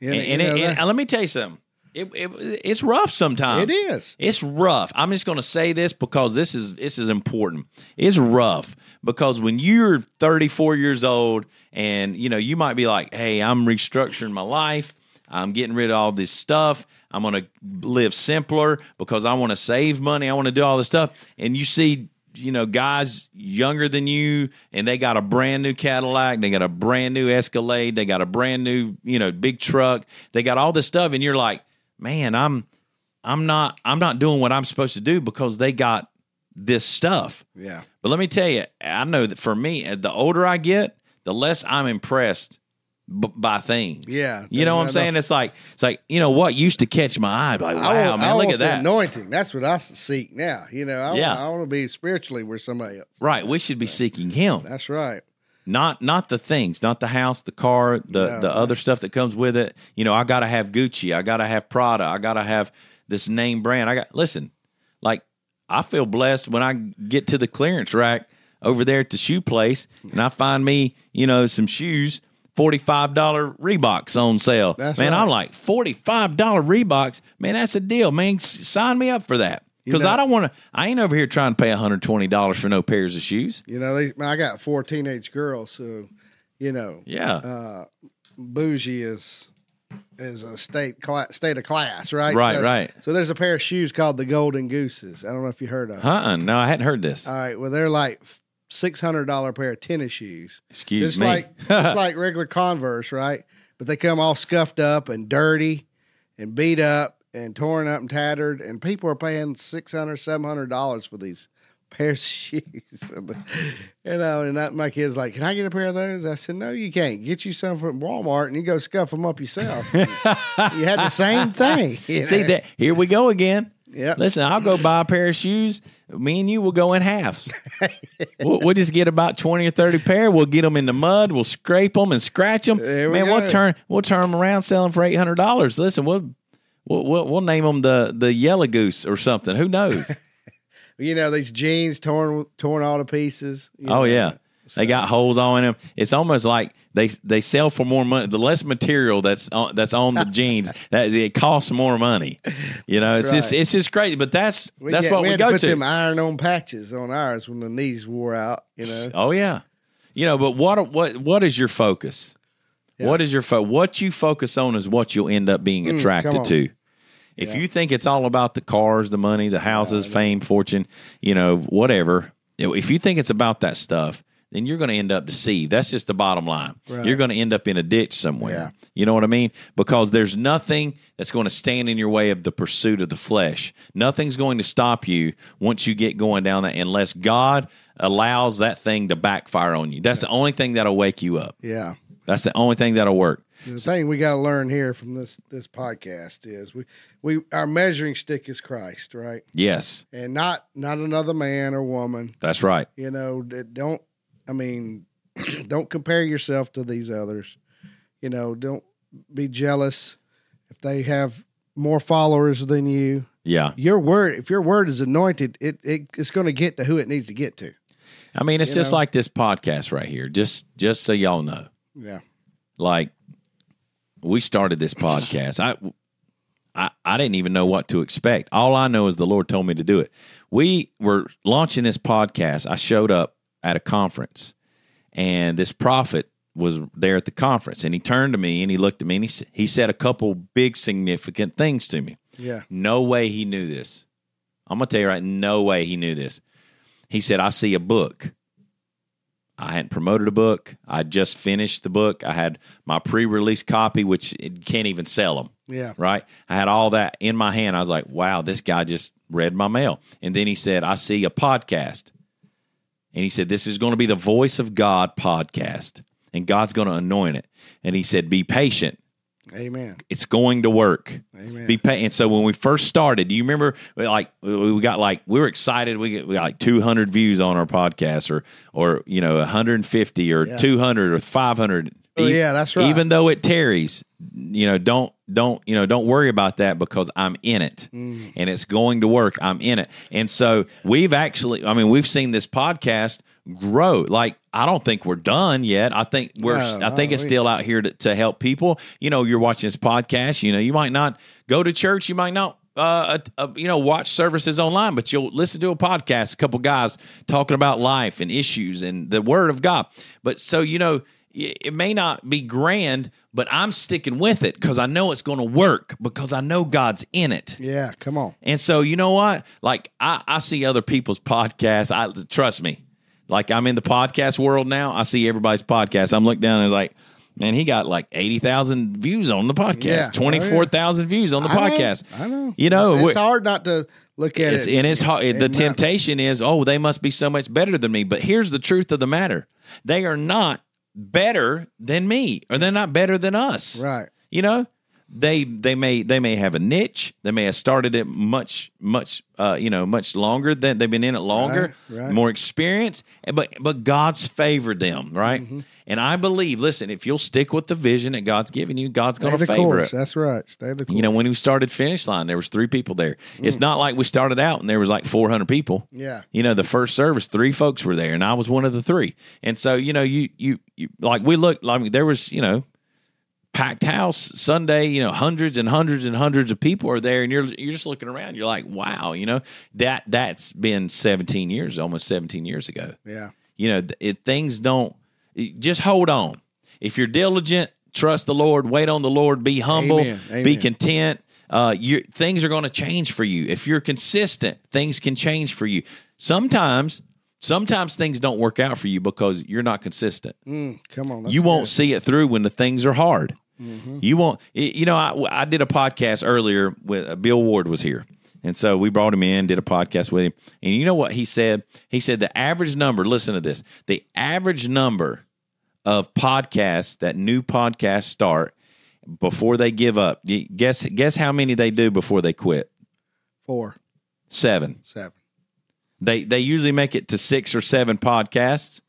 B: Mm-hmm. you know
A: it,
B: that-
A: and- and let me tell you something. It, it, it's rough sometimes.
B: It is.
A: It's rough. I'm just going to say this because this is this is important. It's rough because when you're 34 years old and you know you might be like, "Hey, I'm restructuring my life. I'm getting rid of all this stuff. I'm going to live simpler because I want to save money. I want to do all this stuff." And you see you know guys younger than you and they got a brand new Cadillac, they got a brand new Escalade, they got a brand new, you know, big truck. They got all this stuff and you're like, "Man, I'm I'm not I'm not doing what I'm supposed to do because they got this stuff."
B: Yeah.
A: But let me tell you, I know that for me, uh, the older I get, the less I'm impressed b- by things.
B: Yeah.
A: You know what I'm
B: I
A: saying? It's like it's like, you know what used to catch my eye like, "Wow,
B: I want,
A: man,
B: I
A: look
B: want
A: at
B: the
A: that."
B: anointing. That's what I s- seek now. You know, I,
A: Yeah.
B: want, I want to be spiritually where somebody else.
A: Right, we should be seeking him.
B: That's right.
A: not not the things, not the house, the car, the
B: No.
A: the other stuff that comes with it. You know, I gotta have Gucci, I gotta have Prada, I gotta have this name brand. I got listen, like I feel blessed when I get to the clearance rack over there at the shoe place and I find me, you know, some shoes. Forty-five dollar Reeboks on sale,
B: That's
A: man.
B: right.
A: I'm like forty-five dollar Reeboks, man. That's a deal, man. S- Sign me up for that because
B: know-
A: I don't want to. I ain't over here trying to pay one hundred twenty dollars for no pairs of shoes.
B: You know, they, I got four teenage girls, so you know,
A: Yeah,
B: bougie is is a state cla- state of class, right?
A: Right,
B: so,
A: right.
B: So there's a pair of shoes called the Golden Gooses. I don't know if you heard of. 'em.
A: Uh-uh. No, I hadn't heard this.
B: All right, well they're like six hundred dollar pair of tennis shoes.
A: Excuse
B: just
A: me.
B: like just like regular Converse, right? But they come all scuffed up and dirty and beat up and torn up and tattered, and people are paying six hundred, seven hundred dollars for these pairs of shoes. you know, and I, my kid's like, "Can I get a pair of those?" I said, "No, you can't. Get you some from Walmart, and you go scuff them up yourself." you had the same thing. you
A: See
B: know?
A: that? Here we go again.
B: Yep.
A: Listen, I'll go buy a pair of shoes. Me and you will go in halves. we'll, we'll just get about twenty or thirty pair. We'll get them in the mud. We'll scrape them and scratch them.
B: There we
A: Man,
B: go.
A: we'll turn we'll turn them around, sell them for eight hundred dollars. Listen, we'll, we'll we'll we'll name them the the yellow goose or something. Who knows?
B: You know these jeans torn torn all to pieces. you
A: Oh
B: know.
A: yeah. They got holes on them. It's almost like they they sell for more money. The less material that's on, that's on the jeans, that is- it costs more money. You know, it's just
B: right.
A: it's just crazy. But that's
B: We
A: that's
B: get-
A: what
B: we,
A: we,
B: had
A: go
B: to. Put
A: to.
B: them iron on patches on ours when the knees wore out. You know.
A: Oh yeah, you know. But what what what is your focus? What is your fo- what you focus on is what you'll end up being attracted
B: on.
A: to. If you think it's all about the cars, the money, the houses, fame, fortune, you know, whatever. If you think it's about that stuff, then you're going to end up deceived. That's just the bottom line. You're going to end up in a ditch somewhere. You know what I mean? Because there's nothing that's going to stand in your way of the pursuit of the flesh. Nothing's going to stop you once you get going down that unless God allows that thing to backfire on you. That's the only thing that'll wake you up.
B: Yeah.
A: That's the only thing that'll work.
B: The thing we got to learn here from this this podcast is we we our measuring stick is Christ, right?
A: Yes,
B: And not not another man or woman.
A: that's right.
B: You know, that don't I mean, don't compare yourself to these others. You know, don't be jealous if they have more followers than you.
A: Yeah.
B: Your word, if your word is anointed, it, it it's going to get to who it needs to get to.
A: I mean, it's
B: You
A: just
B: know?
A: like this podcast right here. Just just so y'all know.
B: Yeah.
A: Like we started this podcast. I I, I didn't even know what to expect. All I know is the Lord told me to do it. We were launching this podcast. I showed up at a conference and this prophet was there at the conference and he turned to me and he looked at me and he, s- he said a couple big significant things to me.
B: Yeah.
A: No way he knew this. I'm going to tell you right, no way he knew this. He said, I see a book. I hadn't promoted a book. I just finished the book. I had my pre release copy, which it can't even sell them,
B: Yeah.
A: right? I had all that in my hand. I was like, wow, this guy just read my mail. And then he said, I see a podcast. And he said, This is going to be the Voice of God podcast, and God's going to anoint it. And he said, Be patient.
B: Amen.
A: It's going to work.
B: Amen.
A: Be pay- and so when we first started, do you remember like we we got like we were excited we got, we got like 200 views on our podcast or or you know 150 or
B: Yeah.
A: 200 or 500.
B: Oh,
A: E-
B: yeah, that's right.
A: Even though it tarries, you know, don't don't you know don't worry about that because I'm in it
B: Mm.
A: and it's going to work. I'm in it, and so we've actually, I mean, we've seen this podcast grow. Like I don't think we're done yet. I think we're
B: No,
A: I think it's
B: we-
A: still still out here to, to help people. You know, you're watching this podcast. You know, you might not go to church. You might not, uh, uh, you know, watch services online, but you'll listen to a podcast, a couple guys talking about life and issues and the Word of God. But so you know, y- it may not be grand, but I'm sticking with it because I know it's going to work because I know God's in it.
B: Yeah, come on.
A: And so you know what? Like I, I see other people's podcasts. I trust me. Like I'm in the podcast world now. I see everybody's podcast. I'm looking down and like, man, he got like eighty thousand views on the podcast.
B: Yeah. Oh, yeah.
A: Twenty four thousand views on the
B: I know,
A: podcast.
B: I know.
A: You know,
B: it's,
A: we-
B: it's hard not to look at
A: it's
B: it.
A: and it's hard. the
B: nuts.
A: temptation is, oh, they must be so much better than me. But here's the truth of the matter: they are not better than me, or they're not better than us.
B: Right.
A: You know, they they may they may have a niche. They may have started it much much uh, you know much longer than they've been in it longer,
B: Right, right.
A: more experience. But but God's favored them, right?
B: Mm-hmm.
A: And I believe. Listen, if you'll stick with the vision that God's given you, God's
B: Stay
A: going to
B: the
A: favor it.
B: course. That's right. Stay the course.
A: You know, when we started finish line, there was three people there. It's not like we started out and there was like 400 people.
B: Yeah.
A: You know, the first service, three folks were there, and I was one of the three. And so, you know, you you, you like we looked like there was, you know, packed house Sunday. You know, hundreds and hundreds and hundreds of people are there, and you're you're just looking around. You're like, wow, you know that that's been 17 years, almost 17 years ago
B: yeah.
A: you know th- it, things don't it- just hold on if you're diligent trust the lord wait on the lord be humble
B: Amen.
A: be
B: Amen.
A: content uh, your things are going to change for you if you're consistent things can change for you sometimes sometimes things don't work out for you because you're not consistent
B: Mm, come on. that's
A: you won't
B: good. Mm-hmm.
A: see it through when the things are hard. You won't. y- You know, I, I did a podcast earlier with uh, Bill Ward was here, and so we brought him in, did a podcast with him, and you know what he said? He said the average number. Listen to this: the average number of podcasts that new podcasts start before they give up. y- Guess guess how many they do before they quit?
B: four,
A: Seven.
B: seven.
A: They they usually make it to six or seven podcasts,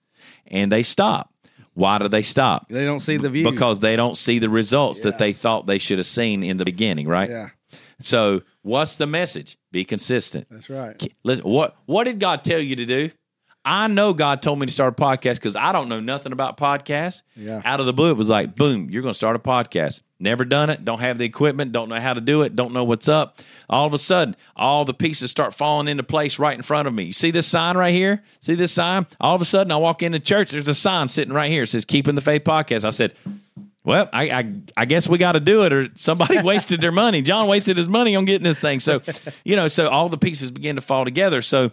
A: and they stop. Why do they stop?
B: They don't see the view
A: because they don't see the results that they thought they should have seen in the beginning, right?
B: yeah,
A: So, what's the message? Be consistent.
B: that's right.
A: K- Listen, what what did God tell you to do? I know God told me to start a podcast because I don't know nothing about podcasts.
B: Yeah.
A: Out of the blue, it was like, boom, you're going to start a podcast. Never done it. Don't have the equipment. Don't know how to do it. Don't know what's up. All of a sudden, all the pieces start falling into place right in front of me. You see this sign right here? See this sign? All of a sudden, I walk into church. There's a sign sitting right here. It says "Keeping the Faith Podcast." I said, well, I, I I guess we got to do it, or somebody wasted their money. John wasted his money on getting this thing. So, you know, so all the pieces begin to fall together. So,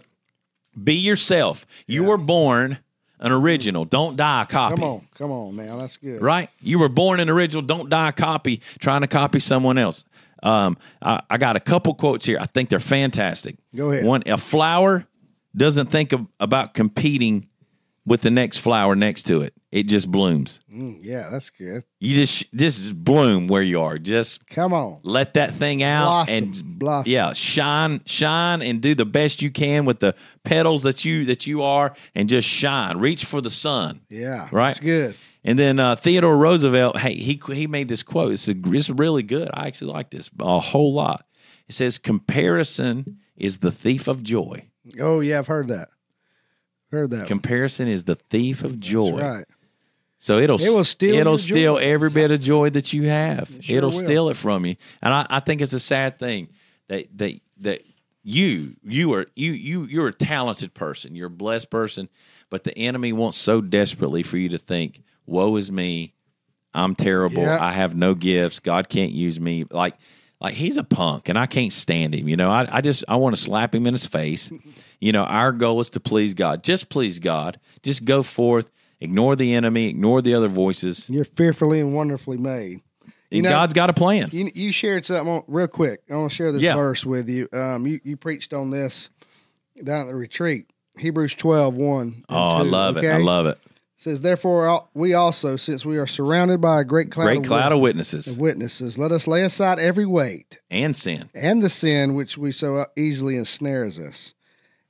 A: be yourself. You were born an original. Don't die a copy.
B: Mm. Come on, come on, man. That's good.
A: Right? You were born an original. Don't die a copy trying to copy someone else. Um, I, I got a couple quotes here. I think they're fantastic.
B: Go ahead.
A: One, a flower doesn't think of, about competing with the next flower next to it. It just blooms.
B: Mm, yeah, that's good.
A: You just just bloom where you are. Just
B: Come on.
A: let that thing out
B: Blossom,
A: and
B: blossom.
A: yeah, shine, shine, and do the best you can with the petals that you that you are, and just shine. Reach for the sun.
B: Yeah,
A: Right.
B: That's good.
A: And then uh, Theodore Roosevelt, hey, he he made this quote. It's, a, it's really good. I actually like this a whole lot. It says, "Comparison is the thief of joy.
B: Oh yeah, I've heard that. Heard that.
A: Comparison is the thief of joy.
B: That's right.
A: So it'll
B: It will steal
A: it'll
B: your
A: steal
B: joy.
A: every bit of joy that you have. It
B: sure
A: will
B: will.
A: steal it from you. And I, I think it's a sad thing that that that you you are you you you're a talented person. You're a blessed person, but the enemy wants so desperately for you to think, "Woe is me. I'm terrible.
B: Yeah.
A: I have no gifts. God can't use me." Like like he's a punk and I can't stand him. You know, I, I just I want to slap him in his face. You know, our goal is to please God. Just please God. Just go forth. Ignore the enemy. Ignore the other voices.
B: You're fearfully and wonderfully made. You
A: And
B: know-
A: God's got a plan.
B: You, you shared something on, real quick. I want to share this
A: Yeah.
B: verse with you. Um, you, you preached on this down at the retreat. Hebrews 12, 1. and
A: oh, I
B: 2,
A: love it. I
B: okay?
A: love it.
B: says, Therefore, al- we also, since we are surrounded by a great cloud,
A: Great
B: of,
A: cloud
B: wit-
A: of witnesses
B: of witnesses, let us lay aside every weight
A: and sin.
B: and the sin which we so easily ensnares us.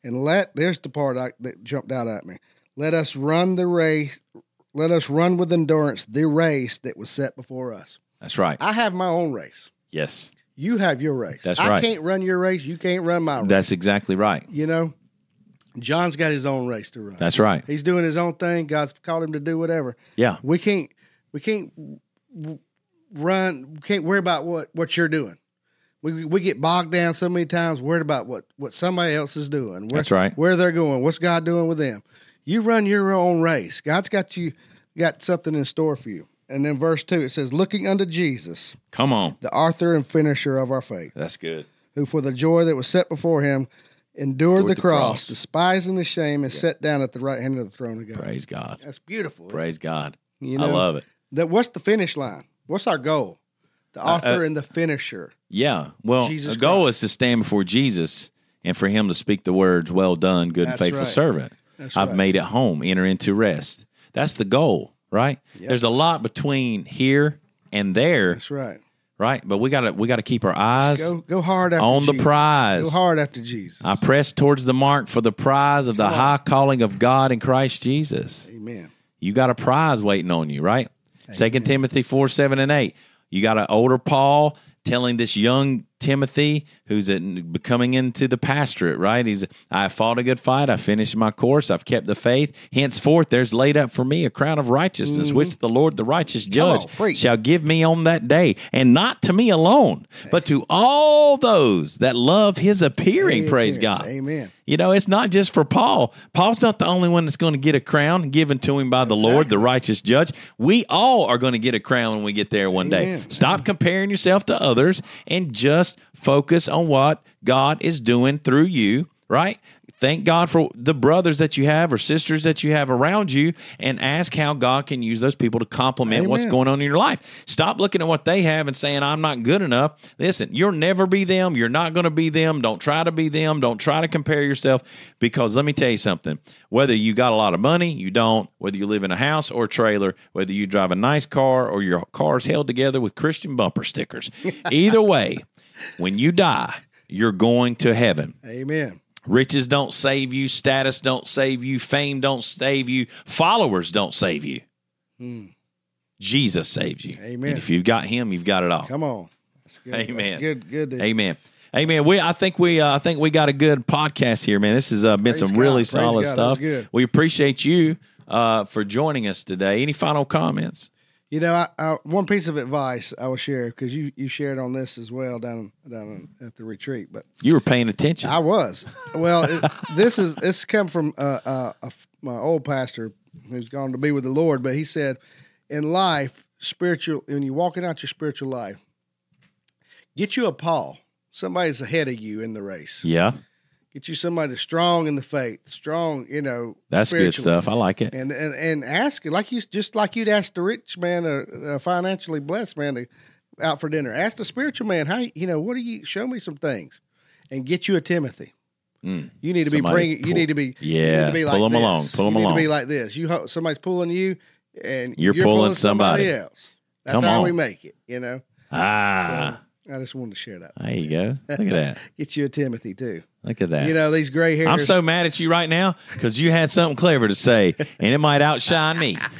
B: And let, there's the part I, that jumped out at me. Let us run the race, let us run with endurance the race that was set before us.
A: That's right.
B: I have my own race.
A: Yes.
B: You have your race.
A: That's
B: I
A: right.
B: can't run your race. You can't run my race.
A: That's exactly right.
B: you know, John's got his own race to run.
A: That's right.
B: He's doing his own thing. God's called him to do whatever.
A: Yeah.
B: We can't. We can't w- w- run. We can't worry about what what you're doing. We we get bogged down so many times worried about what what somebody else is doing. Where,
A: That's right.
B: Where they're going. What's God doing with them? You run your own race. God's got you got something in store for you. And then verse 2, it says, Looking unto Jesus,
A: Come on.
B: the author and finisher of our faith,
A: That's good.
B: who for the joy that was set before him endured, the,
A: the
B: cross,
A: cross.
B: despising the shame, and sat down at the right hand of the throne of God.
A: Praise God.
B: That's beautiful.
A: Praise God.
B: You
A: I
B: know?
A: love it. uh,
B: That what's the finish line? What's our goal? The author and the finisher.
A: Yeah. Well,
B: Jesus
A: the goal is to stand before Jesus and for him to speak the words, Well done, good
B: That's
A: and faithful
B: right.
A: servant.
B: That's
A: I've
B: right.
A: made it home, enter into rest. That's the goal, right? There's a lot between here and there,
B: That's right.
A: right? But we gotta we gotta keep our eyes
B: Go go hard after
A: on the
B: Jesus.
A: prize.
B: Go hard after Jesus.
A: I press towards the mark for the prize of the
B: on.
A: high calling of God in Christ Jesus.
B: Amen.
A: You got a prize waiting on you, right? Second Timothy four, seven, and eight. You got an older Paul telling this young Timothy who's in, becoming into the pastorate, right? He's I fought a good fight, I finished my course, I've kept the faith. Henceforth there's laid up for me a crown of righteousness, which the Lord the righteous
B: Mm-hmm. on,
A: judge
B: preach.
A: shall give me on that day, and not to me alone, but to all those that love his appearing, praise
B: Appearance.
A: God.
B: Amen.
A: You know, it's not just for Paul. Paul's not the only one that's going to get a crown given to him by the Lord, the righteous judge. We all are going to get a crown when we get there one day.
B: Amen.
A: Stop comparing yourself to others and just focus on what God is doing through you, right? Thank God for the brothers that you have or sisters that you have around you and ask how God can use those people to complement what's
B: Amen.
A: going on in your life. Stop looking at what they have and saying, I'm not good enough. Listen, you'll never be them. You're not going to be them. Don't try to be them. Don't try to compare yourself because let me tell you something whether you got a lot of money, you don't, whether you live in a house or trailer, whether you drive a nice car or your car's held together with Christian bumper stickers, either way, when you die, you're going to heaven.
B: Amen.
A: Riches don't save you, status don't save you, fame don't save you, followers don't save you. Jesus saves you.
B: Hmm. Amen.
A: And if you've got him, you've got it all.
B: Come on. That's good. That's
A: Amen.
B: good. Good. to-
A: Amen. Amen. We, I think we, uh, I think we got a good podcast here, man. This has uh, been
B: Praise
A: some
B: God.
A: really
B: Praise
A: solid
B: God. That was
A: stuff.
B: good.
A: We appreciate you uh, for joining us today. Any final comments?
B: You know, I, I, one piece of advice I will share because you you shared on this as well down down at the retreat, but
A: You were paying attention.
B: I was. Well, it, this is this come from uh, uh, a f- my old pastor who's gone to be with the Lord, but he said, in life, spiritual, when you're walking out your spiritual life, get you a Paul, somebody's ahead of you in the race.
A: yeah,
B: Get you somebody that's strong in the faith, strong, you know.
A: that's good
B: spiritually.
A: stuff. I like it.
B: And and and ask like you just like you'd ask the rich man, a, a financially blessed man, to, out for dinner. Ask the spiritual man, how you know what do you show me some things, and get you a Timothy.
A: Mm.
B: You need to
A: Somebody
B: be bringing.
A: pull-
B: You need to be. you need
A: Yeah,
B: to be
A: pull 'em along,
B: this.
A: pull 'em
B: you need
A: along.
B: To be like this. You ho- somebody's pulling you, and
A: You're pulling somebody.
B: else. That's
A: Come
B: how we
A: on.
B: make it. You know. So,
A: Ah,
B: I just wanted to share that.
A: there you go. Look at that.
B: Get you a Timothy too.
A: Look at that.
B: You know these gray hairs.
A: I'm so mad at you right now because you had something clever to say, and it might outshine me.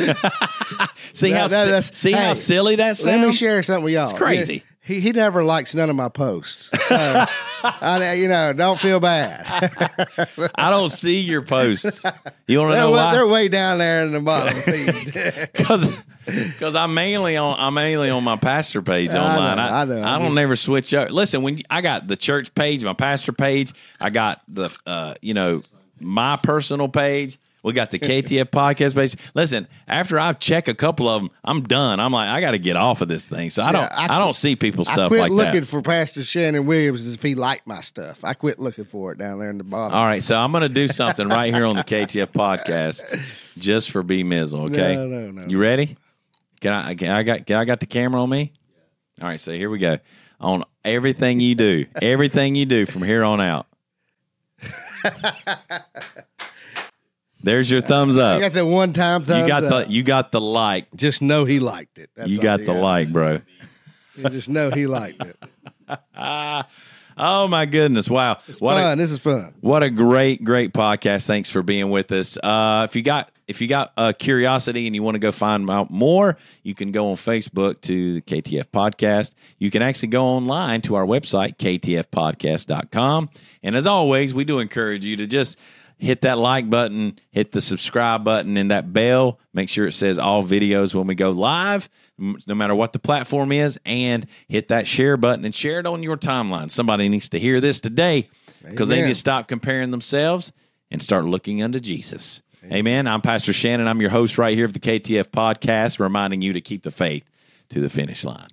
A: see how si-
B: That- that- that's-
A: see how
B: hey,
A: silly that sounds.
B: Let me share something with y'all. It's
A: crazy.
B: He, he never likes none of my posts. So, I, you know, don't feel bad.
A: I don't see your posts. You want to
B: They're,
A: know
B: way-
A: why?
B: they're way down there in the bottom. feed.
A: because because I'm mainly on I'm mainly on my pastor page
B: I know,
A: online. I,
B: I know.
A: I
B: I'm
A: don't
B: just-
A: never switch up. Listen, when you- I got the church page, my pastor page, I got the uh, you know my personal page. We got the KTF podcast page. Listen, after I check a couple of them, I'm done. I'm like, I got to get off of this thing. So I don't,
B: I
A: I, don't see people's
B: I
A: stuff
B: quit
A: like
B: looking
A: that.
B: for Pastor Shannon Williams if he liked my stuff. I quit looking for it down there in the bottom.
A: All right, so I'm gonna do something right here on the KTF podcast just for B Mizzle. Okay,
B: No, no, no.
A: You ready? Can I? Can I got? Can I got the camera on me? All right, so here we go. On everything you do, everything you do from here on out. There's your thumbs
B: You
A: up.
B: got that one time thumbs
A: Uh, You got the
B: up.
A: you got the like.
B: just know he liked it. That's
A: You
B: all
A: got the like, bro.
B: You just know he liked it.
A: Ah, oh my goodness! Wow, what a,
B: fun. this is fun.
A: What a great, great podcast! Thanks for being with us. Uh, if you got if you got uh, curiosity and you want to go find out more, you can go on Facebook to the KTF Podcast. You can actually go online to our website ktfpodcast.com. And as always, we do encourage you to just hit that like button, hit the subscribe button, and that bell. Make sure it says all videos when we go live, m- no matter what the platform is, and hit that share button and share it on your timeline. Somebody needs to hear this today because they
B: Amen.
A: need to stop comparing themselves and start looking unto Jesus. Amen. I'm Pastor Shannon. I'm your host right here of the KTF podcast, reminding you to keep the faith to the finish line.